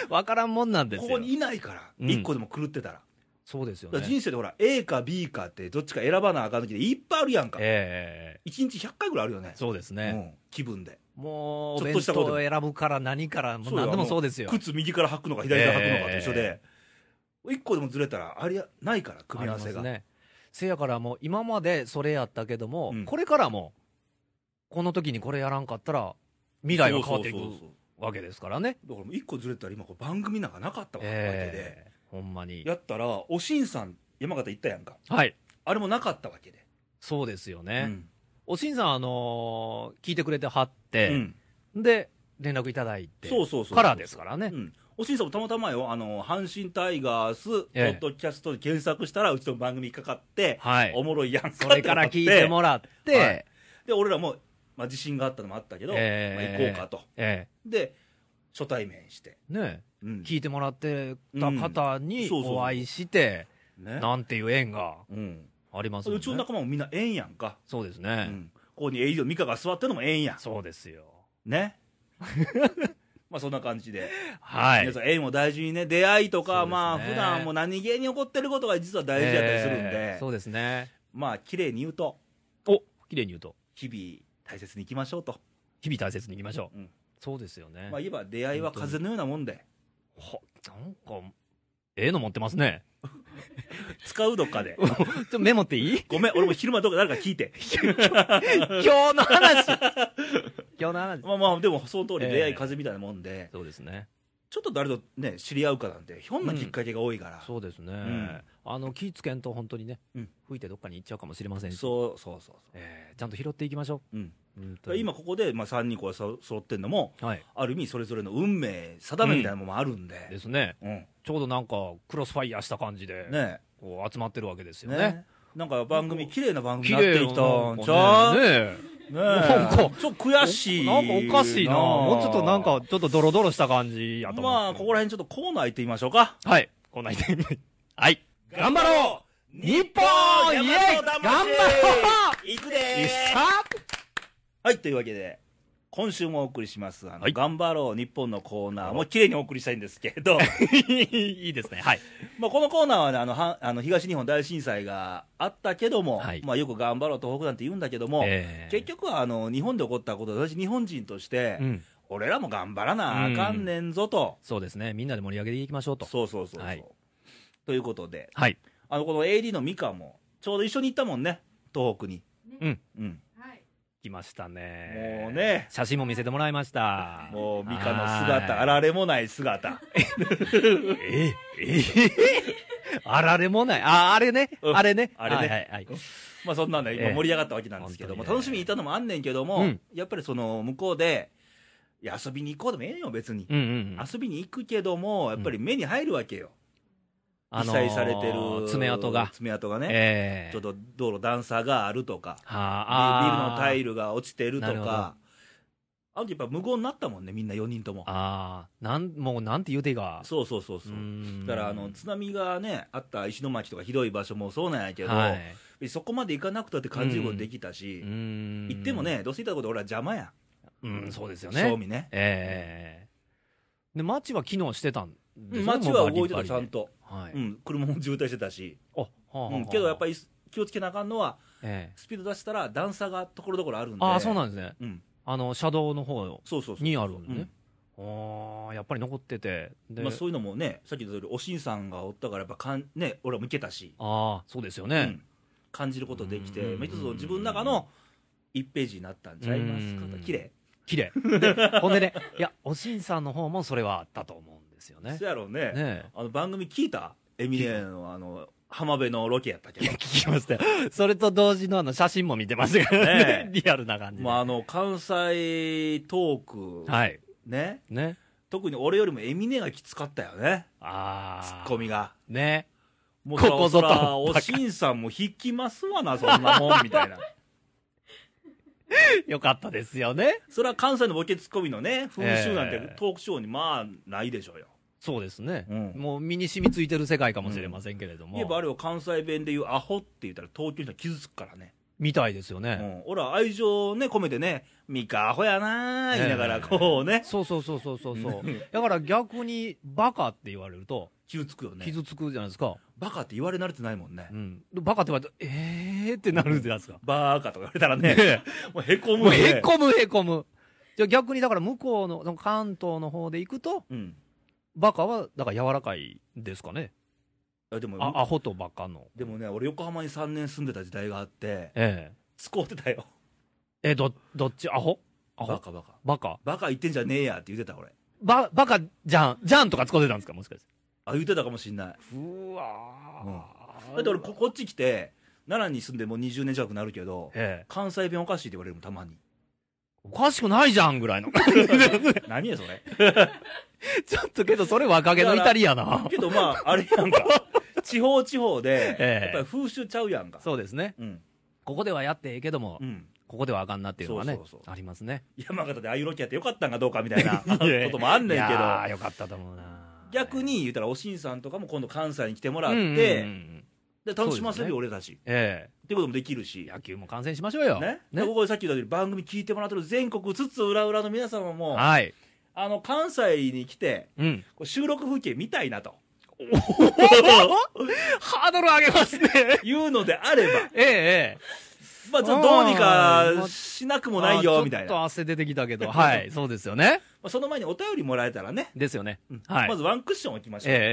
Speaker 2: わからんもんなんです
Speaker 1: こ
Speaker 2: よ。
Speaker 1: こにいないから
Speaker 2: うん
Speaker 1: 一個でも狂ってたら,、
Speaker 2: そうですよ
Speaker 1: だ
Speaker 2: ね
Speaker 1: から。人生でほら A か B かってどっちか選ばなあかん時でいっぱいあるやんか、
Speaker 2: ええ
Speaker 1: 一1日100回ぐらいあるよね
Speaker 2: そうです
Speaker 1: う
Speaker 2: ね。
Speaker 1: ん、気分で
Speaker 2: もう、お
Speaker 1: ちょっ
Speaker 2: 弁
Speaker 1: とした
Speaker 2: 当
Speaker 1: こと
Speaker 2: を選ぶから何から、もう
Speaker 1: そうよ
Speaker 2: 何でもそうですよ。
Speaker 1: 靴右から履くのか左から履くのかと一緒で、一個でもずれたらありゃないから組み合わせが、
Speaker 2: ありますね。せやからもう、今までそれやったけども、
Speaker 1: うん
Speaker 2: これからも、この時にこれやらんかったら、未来は変わっていく
Speaker 1: そうそうそう
Speaker 2: わけですからね。
Speaker 1: だからもう一個ずれたら今こう番組なんかなかったわけで、
Speaker 2: ええほんまに。
Speaker 1: やったらおしんさん山形行ったやんか
Speaker 2: はい。
Speaker 1: あれもなかったわけで、
Speaker 2: そうですよ
Speaker 1: う
Speaker 2: ね。
Speaker 1: ん
Speaker 2: おしんさん、あのー聞いてくれてはっ
Speaker 1: う
Speaker 2: て、
Speaker 1: ん
Speaker 2: で、連絡いただいて、
Speaker 1: そうそうそう
Speaker 2: からですからね。
Speaker 1: うんおしんさんもたまたまよあの阪神タイガースポ
Speaker 2: ええ
Speaker 1: ッドキャストで検索したらうちの番組にかかって、
Speaker 2: はい
Speaker 1: お。もろいやんかって
Speaker 2: そ
Speaker 1: なっ
Speaker 2: れから聞いてもらって、
Speaker 1: はいで俺らも、まあ、自信があったのもあったけど、
Speaker 2: ええ
Speaker 1: まあ行こうかと
Speaker 2: え
Speaker 1: で初対面して、
Speaker 2: えね
Speaker 1: うん
Speaker 2: 聞いてもらってた方
Speaker 1: う
Speaker 2: に
Speaker 1: んそうそうそう
Speaker 2: お会いして、
Speaker 1: ね
Speaker 2: なんていう縁が
Speaker 1: うん、
Speaker 2: ありますもん
Speaker 1: うちの
Speaker 2: ね。
Speaker 1: 仲間もみんなええんやんか、
Speaker 2: そうです
Speaker 1: う
Speaker 2: ね、
Speaker 1: ん、ここに栄養美香が座ってるのもええんやん
Speaker 2: そうですよ。
Speaker 1: ね まあそんな感じで、
Speaker 2: はい
Speaker 1: 皆。さん縁を大事にね出会いとか、
Speaker 2: そうですね
Speaker 1: まあ普段も何気に起こってることが実は大事だったりするんで、
Speaker 2: ええそうですね。
Speaker 1: まあ綺麗に言うと
Speaker 2: お綺麗に言うと、
Speaker 1: 日々大切にいきましょうと、
Speaker 2: 日々大切にいきましょう。
Speaker 1: うん
Speaker 2: そうですよね。
Speaker 1: まあ、いえば出会いは風のようなもんで
Speaker 2: ほなんか、ええの持ってま すね。
Speaker 1: 使うどっかで。
Speaker 2: ちょっとメモっ ていい
Speaker 1: ごめん、俺も昼間どっか誰か聞いて。
Speaker 2: 今日の話今日の話
Speaker 1: まあまあ、でもその通り
Speaker 2: ええ
Speaker 1: 出会い風みたいなもんで、
Speaker 2: そうですね。
Speaker 1: ちょっと誰とね、知り合うかなんて、ひょんなきっかけが多いから。
Speaker 2: そうですね。
Speaker 1: ん
Speaker 2: あの、気ぃつけんと本当にね、
Speaker 1: うん
Speaker 2: 吹いてどっかに行っちゃうかもしれませんし、
Speaker 1: そうそうそうそ
Speaker 2: えーちゃんと拾っていきましょ
Speaker 1: う。うん。
Speaker 2: う。
Speaker 1: だ
Speaker 2: 本
Speaker 1: か
Speaker 2: 当
Speaker 1: ら
Speaker 2: に、
Speaker 1: 今ここで、まあ、3人こうそ揃ってんのも、
Speaker 2: はい。
Speaker 1: ある意味それぞれの運命、定めみたいなものもあるんで。
Speaker 2: ですね。
Speaker 1: うん。
Speaker 2: ちょうどなんか、クロスファイヤーした感じで、
Speaker 1: ね
Speaker 2: こう集まってるわけです
Speaker 1: え
Speaker 2: よね。
Speaker 1: なんか番組、綺麗な番組
Speaker 2: 綺
Speaker 1: になっ
Speaker 2: 麗
Speaker 1: てきたんちゃ
Speaker 2: な
Speaker 1: う
Speaker 2: ね
Speaker 1: ね
Speaker 2: え
Speaker 1: え。
Speaker 2: なんか
Speaker 1: ちょっと悔しい。
Speaker 2: なんかおかしいなもうちょっとなんか、ちょっとドロドロした感じやと思う。
Speaker 1: まあ、ここら辺ちょっとコーナー行ってみましょうか。
Speaker 2: はい。こんな人はい。頑張ろう日本イエイ頑張ろ
Speaker 1: ういく
Speaker 2: う
Speaker 1: で
Speaker 2: よっ
Speaker 1: ー
Speaker 2: し
Speaker 1: はい、というわけで、今週もお送りします、あの
Speaker 2: はい
Speaker 1: 頑張ろう日本のコーナーも綺麗にお送りしたいんですけど、
Speaker 2: ゃいいですね。はい。
Speaker 1: まあこのコーナーはね、あのはあの東日本大震災があったけども、
Speaker 2: はい
Speaker 1: まあよく頑張ろう東北なんて言うんだけども、
Speaker 2: えー
Speaker 1: 結局はあの日本で起こったことで、私、日本人として、
Speaker 2: うん。
Speaker 1: 俺らも頑張らなあかんねんぞと、
Speaker 2: そうですね。みんなで盛り上げていきましょうと。
Speaker 1: そうそうそうそう、
Speaker 2: はい
Speaker 1: ということで、
Speaker 2: はい。
Speaker 1: あのこの AD のミカも、ちょうど一緒に行ったもんね、東北に。
Speaker 2: うん
Speaker 1: うん、
Speaker 3: はい。
Speaker 2: 来ましたね。
Speaker 1: もうね
Speaker 2: 写真も見せてもらいました。
Speaker 1: もうミカの姿、
Speaker 2: はい
Speaker 1: あられもない姿。
Speaker 2: えええあられもない。あ、あれね。
Speaker 1: うん
Speaker 2: あれね。
Speaker 1: あれね
Speaker 2: はいはいはい。
Speaker 1: まあそんなんで
Speaker 2: え
Speaker 1: 今
Speaker 2: え
Speaker 1: 盛り上がったわけなんですけども、
Speaker 2: 本当にね
Speaker 1: 楽しみにいたのもあんねんけども、
Speaker 2: うん
Speaker 1: やっぱりその向こうで、いや遊びに行こうでもええよ、別に、
Speaker 2: うんうん。
Speaker 1: 遊びに行くけども、やっぱり目に入るわけよ、
Speaker 2: あの
Speaker 1: 被
Speaker 2: ー
Speaker 1: 災されてる
Speaker 2: 爪痕が。
Speaker 1: 爪痕がね、
Speaker 2: ええ
Speaker 1: ちょっと道路、段差があるとか、ビビル
Speaker 2: は
Speaker 1: のタイ
Speaker 2: ル。
Speaker 1: ルが落ちてると
Speaker 2: なるほど
Speaker 1: か、あとやっぱ無言になったもんね、みんな4人とも。
Speaker 2: ああ、なん、もうなんて言うていいか。
Speaker 1: そうそうそうそうう。
Speaker 2: ーん
Speaker 1: だからあの津波がねあった石巻とかひどい場所もそうなんやけど、
Speaker 2: はい
Speaker 1: そこまで行かなくたって感じることできたし、
Speaker 2: うーん
Speaker 1: 行っても、ね、どうせ行ったこと俺は邪魔や、
Speaker 2: うん、そうですよ
Speaker 1: 正
Speaker 2: ね。
Speaker 1: 味ね、
Speaker 2: ええで、街は機能してたんですね
Speaker 1: 街
Speaker 2: も
Speaker 1: は
Speaker 2: うバリ
Speaker 1: 動いて
Speaker 2: バ
Speaker 1: た、
Speaker 2: リ
Speaker 1: ちゃんと、
Speaker 2: はい。
Speaker 1: うん、車も渋滞してたし、
Speaker 2: あはあはあはあ
Speaker 1: うんけどやっぱり気をつけなあかんのは、
Speaker 2: ええ
Speaker 1: スピード出したら段差がところどころあるんで、
Speaker 2: ああ、そうなんですね。
Speaker 1: うん
Speaker 2: あの、車道の方
Speaker 1: そうそうそう
Speaker 2: にあるの
Speaker 1: うん
Speaker 2: ね。ああ、やっぱり残ってて。で
Speaker 1: まあ、そういうのもね、さっき言った通り、おしんさんがおったから、やっぱかん、ね、俺も行けたし、
Speaker 2: ああ、そうですよ
Speaker 1: う
Speaker 2: ね。
Speaker 1: ん感じることできて、
Speaker 2: うん
Speaker 1: まあ一つの自分の中の1ページになったんちゃいます
Speaker 2: う
Speaker 1: か
Speaker 2: ん、
Speaker 1: 綺麗
Speaker 2: 綺麗。でほんでね、いや、おしんさんの方もそれはあったと思うんです よね。
Speaker 1: そやろうね
Speaker 2: ねえ
Speaker 1: あの番組聞いたエミネのあの浜辺のロケやったけど、
Speaker 2: 聞きましたよ。それと同時のあの写真も見てましたからね。リアルな感じで。
Speaker 1: まあ、あの関西トーク、
Speaker 2: はい。
Speaker 1: ね、
Speaker 2: ね。
Speaker 1: 特に俺よりもエミネがきつかったよね、
Speaker 2: ああ。
Speaker 1: ツッコミが。
Speaker 2: ね。
Speaker 1: もう
Speaker 2: ここぞと
Speaker 1: そらそらおしんさんも引きますわな、そんなもんみたい な。
Speaker 2: よかったですよね。
Speaker 1: それは関西のボケツッコミのね、風習なんて
Speaker 2: ええ
Speaker 1: トークショーにまあないでしょうよ。
Speaker 2: そうですね。
Speaker 1: うん
Speaker 2: もう身に染みついてる世界かもしれませんけれども。
Speaker 1: いえばあれを関西弁で言うアホって言ったら東京の人は傷つくからね。
Speaker 2: みたいですよ
Speaker 1: う
Speaker 2: ね。
Speaker 1: ん。俺は愛情をね、込めてね、ミカアホやなー言いながらこうね、
Speaker 2: そうそうそうそうそうそう。だから逆に、バカって言われると、
Speaker 1: 傷つくよね。
Speaker 2: 傷つくじゃないですか。
Speaker 1: バカって言われ慣れてないもんね
Speaker 2: う。ん。でバカって言われたら、えーってなるじゃないですか。
Speaker 1: バーカとか言われたらね、
Speaker 2: ね
Speaker 1: もうへこ
Speaker 2: え
Speaker 1: む
Speaker 2: も
Speaker 1: よ
Speaker 2: う
Speaker 1: ね。
Speaker 2: へこむへこむ。じゃあ逆にだから向こうの、その関東の方で行くと、
Speaker 1: うん。
Speaker 2: バカは、だから柔らかいですかね。
Speaker 1: あでも、
Speaker 2: あ、アホとバカの。
Speaker 1: でもね、俺横浜に3年住んでた時代があって、
Speaker 2: え
Speaker 1: 使うてたよ。
Speaker 2: え。え、ど、どっちアホア
Speaker 1: バ
Speaker 2: ホ
Speaker 1: カバカ。
Speaker 2: バカ
Speaker 1: バカ言ってんじゃねえやって言ってた俺。
Speaker 2: ば、バカじゃん、じゃんとか使ってたんですかもしかして。
Speaker 1: あ、言ってたかもしんない。
Speaker 2: う
Speaker 1: ー
Speaker 2: わ
Speaker 1: だって俺こ、こっち来て、奈良に住んでもう20年近くなるけど、
Speaker 2: ええ。
Speaker 1: 関西弁おかしいって言われるもん、たま に。
Speaker 2: おかしくないじゃんぐらいの。
Speaker 1: 何やそれ。
Speaker 2: ちょっとけど、それ若気のイタリ アな。
Speaker 1: けどまあ、あれやんか。地方地方で、
Speaker 2: ええ
Speaker 1: やっぱり風習ちゃうやんか。
Speaker 2: そうですね。
Speaker 1: うん。
Speaker 2: ここではやってええけども、
Speaker 1: うん。
Speaker 2: ここではあかんなっていうのはね、
Speaker 1: そうそうそう
Speaker 2: ありますね。
Speaker 1: 山形でああいうロケやってよかったんかどうかみ たいなこ
Speaker 2: いや
Speaker 1: ともあんねん
Speaker 2: い
Speaker 1: けど。
Speaker 2: やーよかったと思うな。
Speaker 1: 逆に言うたら、おしんさんとかも今度関西に来てもら
Speaker 2: う
Speaker 1: っ
Speaker 2: ん
Speaker 1: て、
Speaker 2: うんうんうん、
Speaker 1: で楽しませるよ、
Speaker 2: そ
Speaker 1: 俺たちっ
Speaker 2: え
Speaker 1: ていうこともできる
Speaker 2: え
Speaker 1: し、
Speaker 2: 野球も観戦しましょうよ。
Speaker 1: ねでここでさっき言ったように、番組聞いてもらってる全国津々浦々の皆様も、
Speaker 2: はい。
Speaker 1: あの関西に来て、
Speaker 2: うん。
Speaker 1: こう収録風景見たいな と
Speaker 2: ハー ドル上げますね。
Speaker 1: いうのであれば、
Speaker 2: ええ、ええ。
Speaker 1: まあ、ちょっとどうに
Speaker 2: あー
Speaker 1: か
Speaker 2: ま
Speaker 1: しなくもないよみたい
Speaker 2: ちょっ
Speaker 1: な、
Speaker 2: と汗出てきた けど、はい、そうですよね。
Speaker 1: まあ、その前にお便りもらえたらね、
Speaker 2: ですよね。
Speaker 1: うん
Speaker 2: はい
Speaker 1: まずワンクッション置きましょう、
Speaker 2: えええええ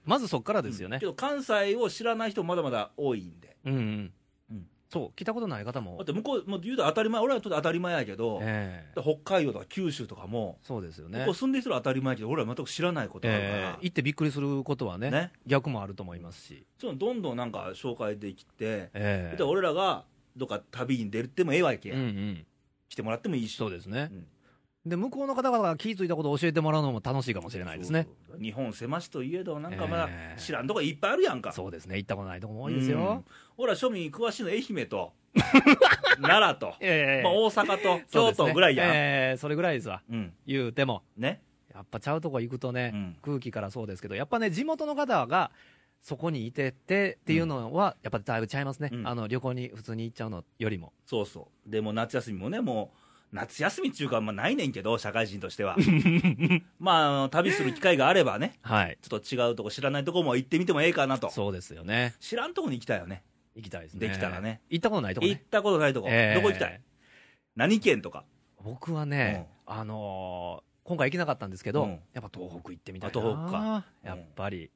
Speaker 2: えまずそこからですよね
Speaker 1: け。ど関西を知らない人もまだまだ多いんで、
Speaker 2: うん、うん
Speaker 1: うん
Speaker 2: そう、来たことない方も
Speaker 1: だっ。て向こう、もう言うと当たり前、俺らにとって当たり前やけど、
Speaker 2: ええ
Speaker 1: 北海道とか九州とかも、
Speaker 2: そうですよ
Speaker 1: こ
Speaker 2: ね
Speaker 1: こ。住んでる人は当たり前やけど、俺ら全く知らないことがあるから、
Speaker 2: ええ行ってびっくりすることはね
Speaker 1: ね
Speaker 2: 逆もあると思いますし。
Speaker 1: そういうのどんどんなんか紹介できて、
Speaker 2: ええ
Speaker 1: で俺らがどっか旅に出るってもええわけや、
Speaker 2: うんうん。
Speaker 1: 来てもらってもいいし、
Speaker 2: そうですね。
Speaker 1: うん
Speaker 2: で、向こうの方々が気づいたことを教えてもらうのも楽しいかもしれないですね。
Speaker 1: そうそう日本狭しといえど、なんかまだ
Speaker 2: ええ
Speaker 1: 知らんとこいっぱいあるやんか、
Speaker 2: そうですね。行ったことないとこも多いですよ。
Speaker 1: うん。俺ら庶民に詳しいの愛媛 と、奈良と、
Speaker 2: ええ
Speaker 1: まあ、大 阪と京都ぐらいやん。
Speaker 2: そうですねええそれぐらいですわ。
Speaker 1: うん。
Speaker 2: 言うても。
Speaker 1: ね。
Speaker 2: やっぱちゃうとこ行くとね、
Speaker 1: うん
Speaker 2: 空気からそうですけど、やっぱね、地元の方がそこにいててっていうのは、やっぱだいぶちゃいますね、
Speaker 1: うん
Speaker 2: あの旅行に普通に行っちゃうのよりも。
Speaker 1: そうそう。でもう夏休みもね、もう、夏休みっていうか、まあ、ないねんけど、社会人と しては。まああの、旅する機会があればね、
Speaker 2: はい、
Speaker 1: ちょっと違うとこ、知らないとこも行ってみてもええかなと。
Speaker 2: そうですよね、
Speaker 1: 知らんとこに行きたいよね。
Speaker 2: 行きたいですね。
Speaker 1: できたらね。
Speaker 2: 行ったことないとこ
Speaker 1: 行っ
Speaker 2: ね。
Speaker 1: たことないとこ。
Speaker 2: ええ
Speaker 1: どこ行きたい何県とか。
Speaker 2: 僕はね、あのー今回行けなかったんですけど、
Speaker 1: うん
Speaker 2: やっぱ東北行ってみたい
Speaker 1: あ
Speaker 2: な、
Speaker 1: 東北か
Speaker 2: やっぱり。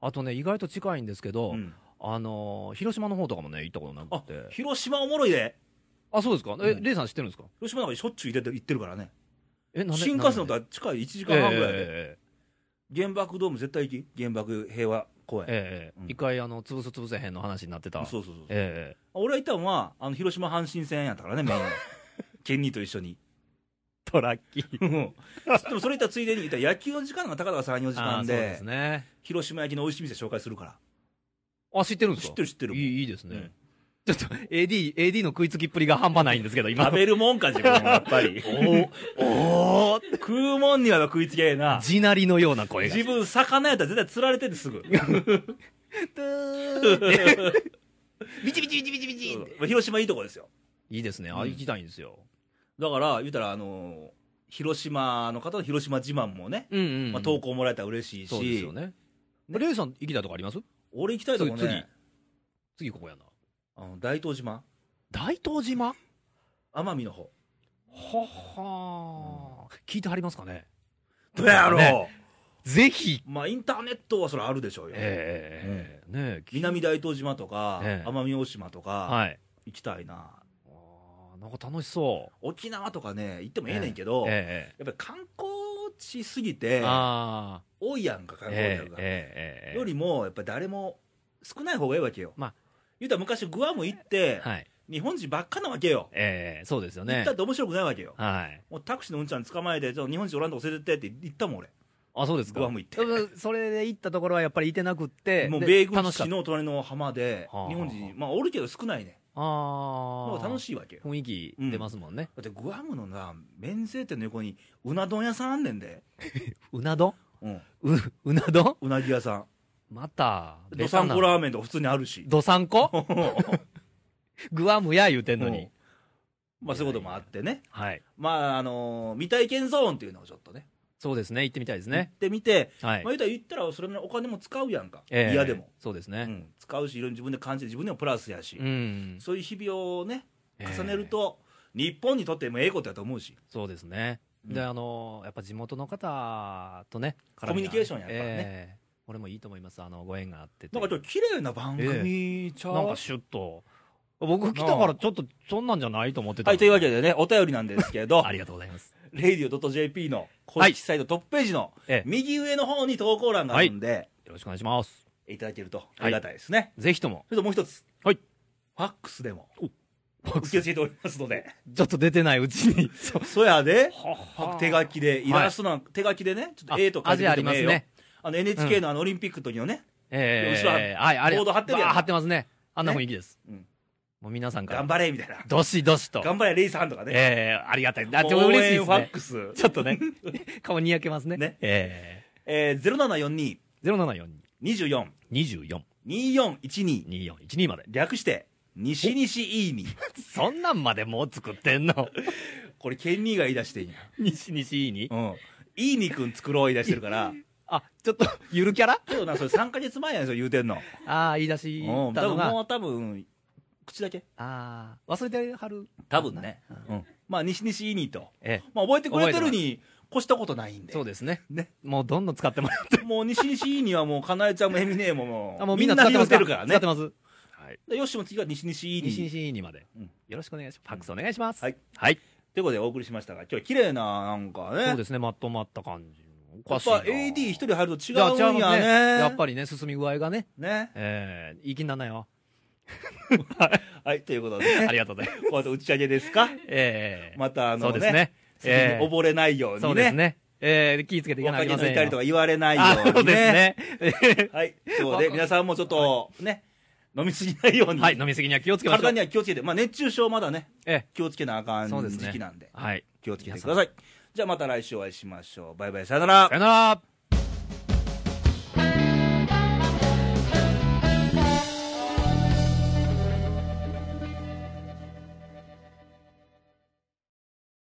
Speaker 2: あとね、意外と近いんですけど、
Speaker 1: うん
Speaker 2: あのー広島の方とかもね、行ったことな
Speaker 1: あ
Speaker 2: くて、
Speaker 1: 広島おもろいで。
Speaker 2: あそうですか、え、
Speaker 1: うん
Speaker 2: レイさん知ってるんですか
Speaker 1: 広島なんかしょっちゅう行ってて行ってるからね。
Speaker 2: えなんで
Speaker 1: 新幹線の
Speaker 2: なんで
Speaker 1: とは近い1時間半ぐらい
Speaker 2: え
Speaker 1: で。
Speaker 2: え
Speaker 1: 原爆ドーム絶対行き原爆平和公園。
Speaker 2: ええ
Speaker 1: うん
Speaker 2: 一回あの潰す潰せへんの話になってた、
Speaker 1: そうそうそう。
Speaker 2: え
Speaker 1: 俺が行ったのは、あの、広島阪神戦やったから ね、メインはケンニーと一緒に。
Speaker 2: えトラッキー、
Speaker 1: うんでもそれ言ったらついでに、言ったら野球の時間が高々3、4時間
Speaker 2: あーそう
Speaker 1: で
Speaker 2: ですね、
Speaker 1: 広島焼きの美味しい店紹介するから。
Speaker 2: あ知ってるんです
Speaker 1: 知
Speaker 2: か、
Speaker 1: ってる知ってる
Speaker 2: いいいいですね、
Speaker 1: うん
Speaker 2: ちょっと AD, AD の食いつきっぷりが半端ないんですけど、今、
Speaker 1: 食べるもんか、自 分はやっぱり。
Speaker 2: おおー
Speaker 1: 食うもんには食いつけえな。
Speaker 2: 地鳴りのような声が、
Speaker 1: 自分、魚やったら絶対釣られててすぐ。
Speaker 2: ビチビチビチビチビチって、
Speaker 1: うん広島いいとこですよ。
Speaker 2: いいですね、あ行きたいんですよ、
Speaker 1: だから、言うたら、あのー広島の方の広島自慢もね、
Speaker 2: うんうんうん
Speaker 1: まあ、投稿もらえたら嬉しい
Speaker 2: そうです
Speaker 1: し、
Speaker 2: よね、レイさん、行きたいとこあります
Speaker 1: 俺行きたいとこ
Speaker 2: 次次
Speaker 1: ね、
Speaker 2: 次ここやな、
Speaker 1: あの大東島、
Speaker 2: 大東島は
Speaker 1: 奄美の方。
Speaker 2: はー、聞いてはりますかね、
Speaker 1: どうやろう、
Speaker 2: ねぜひ
Speaker 1: まあ、インターネットはそれあるでしょうよ。
Speaker 2: ええねえ、
Speaker 1: 南大東島とか、
Speaker 2: ええ
Speaker 1: 奄美大島とか、
Speaker 2: はい。
Speaker 1: 行きたいな。
Speaker 2: あーなんか楽しそう。
Speaker 1: 沖縄とかね、行ってもええねんけど、
Speaker 2: え
Speaker 1: やっぱり観光地すぎ
Speaker 2: え
Speaker 1: て、
Speaker 2: ああ、
Speaker 1: 多いやんか、観光
Speaker 2: え
Speaker 1: 客
Speaker 2: え
Speaker 1: が。
Speaker 2: ええええ
Speaker 1: よりも、やっぱり誰も少ない方がいいわけよ。
Speaker 2: まあ
Speaker 1: 言うたら昔、グアム行って、
Speaker 2: はい。
Speaker 1: 日本人ばっかなわけよ。
Speaker 2: ええそうですよ
Speaker 1: 行っ
Speaker 2: ね
Speaker 1: たっ。て面白くないわけよ。
Speaker 2: はい。
Speaker 1: もうタクシーのうんちゃん捕まえて、ちょっと日本人おらんとこ連れてってって言ったもん、俺。
Speaker 2: あ、そうですか。
Speaker 1: グアム行って
Speaker 2: うんそれで行ったところはやっぱりいてなくって、
Speaker 1: もう
Speaker 2: で
Speaker 1: 米軍
Speaker 2: 楽しか
Speaker 1: 基地
Speaker 2: った。
Speaker 1: の隣の浜で、
Speaker 2: はあ
Speaker 1: 日本人、まあおるけど少ないね。
Speaker 2: あ
Speaker 1: もう
Speaker 2: あ。
Speaker 1: 楽しいわけよ。
Speaker 2: 雰囲気出ますもんね。
Speaker 1: だってグアムのな、免税店の横にうな丼屋さんあんねんで。
Speaker 2: うな丼
Speaker 1: うん。
Speaker 2: う、うな丼
Speaker 1: うなぎ屋さん。
Speaker 2: また、
Speaker 1: ドサンコラー
Speaker 2: ン。
Speaker 1: メンとか普通にあるし。
Speaker 2: どさんこ グアムや言うてんの
Speaker 1: う
Speaker 2: に
Speaker 1: ん。まあそういうこともあってね。
Speaker 2: はい。
Speaker 1: まああのー未体験ゾーンっていうのをちょっとね。
Speaker 2: そうですね。行ってみたいです
Speaker 1: 行っ
Speaker 2: ね。
Speaker 1: てみて、
Speaker 2: はい
Speaker 1: まあ。言ったら言ったらそれなりにお金も使うやんか。
Speaker 2: ええ
Speaker 1: 嫌でも。。
Speaker 2: そうです
Speaker 1: う
Speaker 2: ね。
Speaker 1: ん。使うし、いろいろ自分で感じて自分でもプラスやし
Speaker 2: う。ん。
Speaker 1: そういう日々をね、重ねると、日本にとってもええことやと思うし、
Speaker 2: そうですね、
Speaker 1: うん
Speaker 2: であのやっぱ地元の方とね、絡みが
Speaker 1: コミュニケーションやっぱりね
Speaker 2: ええ俺もいいと思います、あのご縁があってて
Speaker 1: なんかちょっと綺麗な番組ちゃう、
Speaker 2: なんかシュッと、僕来たからちょっと、そんなんじゃないと思ってた
Speaker 1: はい、というわけ
Speaker 2: で、
Speaker 1: でね、お便りなんです けど
Speaker 2: あ、りがとうございます、
Speaker 1: radio.jp の公式サイトトップページの
Speaker 2: ええ
Speaker 1: 右上の方に投稿欄があるんで、
Speaker 2: よろしくお願いします、
Speaker 1: い、ただけるとありがたいですね。
Speaker 2: ぜひとも、
Speaker 1: それともう一つ、
Speaker 2: はい
Speaker 1: ファックスでも
Speaker 2: ファック
Speaker 1: 受
Speaker 2: ス
Speaker 1: け付けておりますので、
Speaker 2: ちょっと出てないうちに、そう
Speaker 1: そやで、
Speaker 2: は
Speaker 1: 手書きで、イラストなんか、手書きでね、ちょっと絵とか
Speaker 2: 味ありますね、
Speaker 1: あの NHK のあのオリンピックの時のね、
Speaker 2: ええ
Speaker 1: 後ろ
Speaker 2: はい、あれ、
Speaker 1: ボード貼ってるやん
Speaker 2: わあ貼ってますね、あんな雰囲気です、
Speaker 1: うん
Speaker 2: もう皆さんか
Speaker 1: 頑
Speaker 2: ら、
Speaker 1: 張れみたいな、
Speaker 2: どしどしと、
Speaker 1: 頑張れレイさんとかね、
Speaker 2: ええありがたい、あ
Speaker 1: 応
Speaker 2: ちょっと嬉しい
Speaker 1: 援
Speaker 2: です
Speaker 1: ファッ
Speaker 2: ね、
Speaker 1: クス。
Speaker 2: ちょっとね、顔にやけますね、
Speaker 1: ね
Speaker 2: ええ
Speaker 1: えー、0742-24-2412
Speaker 2: 0742242412まで。
Speaker 1: 略して西西いいに
Speaker 2: そんなんまでもう作って んの
Speaker 1: これケンニーが言い出してんや
Speaker 2: 西西いいに
Speaker 1: うんいいにくん作ろう言い出してるから
Speaker 2: あ、ちょっと、 ゆるキャラ
Speaker 1: けどなそれ3か月前やんすよ言うてんの
Speaker 2: ああ、言い出し
Speaker 1: うん多
Speaker 2: たの
Speaker 1: 分
Speaker 2: が。
Speaker 1: もう多分口だけ
Speaker 2: ああ、忘れてはる。
Speaker 1: 多分ね、うん、まあ西西イニと、
Speaker 2: ええ。
Speaker 1: まあ、覚えてくれてるに越したことないんで
Speaker 2: そうですね。
Speaker 1: ね
Speaker 2: もうどんどん使ってもらって。
Speaker 1: もう西西イニはもうかなえちゃんもエミネーももう
Speaker 2: あ、もうみんな使ってま
Speaker 1: みんな広
Speaker 2: す
Speaker 1: げてるから
Speaker 2: 使っ
Speaker 1: ね
Speaker 2: てます。はい。
Speaker 1: でよしも次は西西イニ
Speaker 2: 西西にまで
Speaker 1: うん。
Speaker 2: よろしくお願いします。ファックスお願いします。
Speaker 1: はい。
Speaker 2: はい。
Speaker 1: ということでお送りしましたが今日は綺麗ななんかね
Speaker 2: そうですね、まとまった感じ。お
Speaker 1: や
Speaker 2: か
Speaker 1: っ
Speaker 2: しいな。
Speaker 1: ぱ AD 一人入る
Speaker 2: じゃあ
Speaker 1: と違うんや
Speaker 2: ます
Speaker 1: ね
Speaker 2: やっぱりね、進み具合がね。
Speaker 1: ね
Speaker 2: ええ、いい気にならないよ。
Speaker 1: はいということで、ね、
Speaker 2: ありがとうございます。
Speaker 1: こうやって打ち上げですか
Speaker 2: ええ。
Speaker 1: またあの
Speaker 2: そうです
Speaker 1: ね
Speaker 2: ね。ええ
Speaker 1: 溺れないよう
Speaker 2: そ
Speaker 1: に
Speaker 2: うです
Speaker 1: ね
Speaker 2: ね。ええ、気ぃつけていかなきゃ
Speaker 1: 若気
Speaker 2: いけま
Speaker 1: の
Speaker 2: せんよ。
Speaker 1: 至りとか言われないよ
Speaker 2: あ、そうう
Speaker 1: に
Speaker 2: ですね。
Speaker 1: はい。そうで、皆さんもちょっとね、飲みすぎないよ うに、
Speaker 2: はい、飲みすぎには気をつけましょう。
Speaker 1: 体には気をつけて、まあ熱中症まだね、
Speaker 2: ええ
Speaker 1: 気をつけなあかん
Speaker 2: そうですね
Speaker 1: 時期なんで、
Speaker 2: はい。
Speaker 1: 気をつけてください。じゃあまた来週お会いしましょう。バイバイ、さよなら
Speaker 2: さ。よなら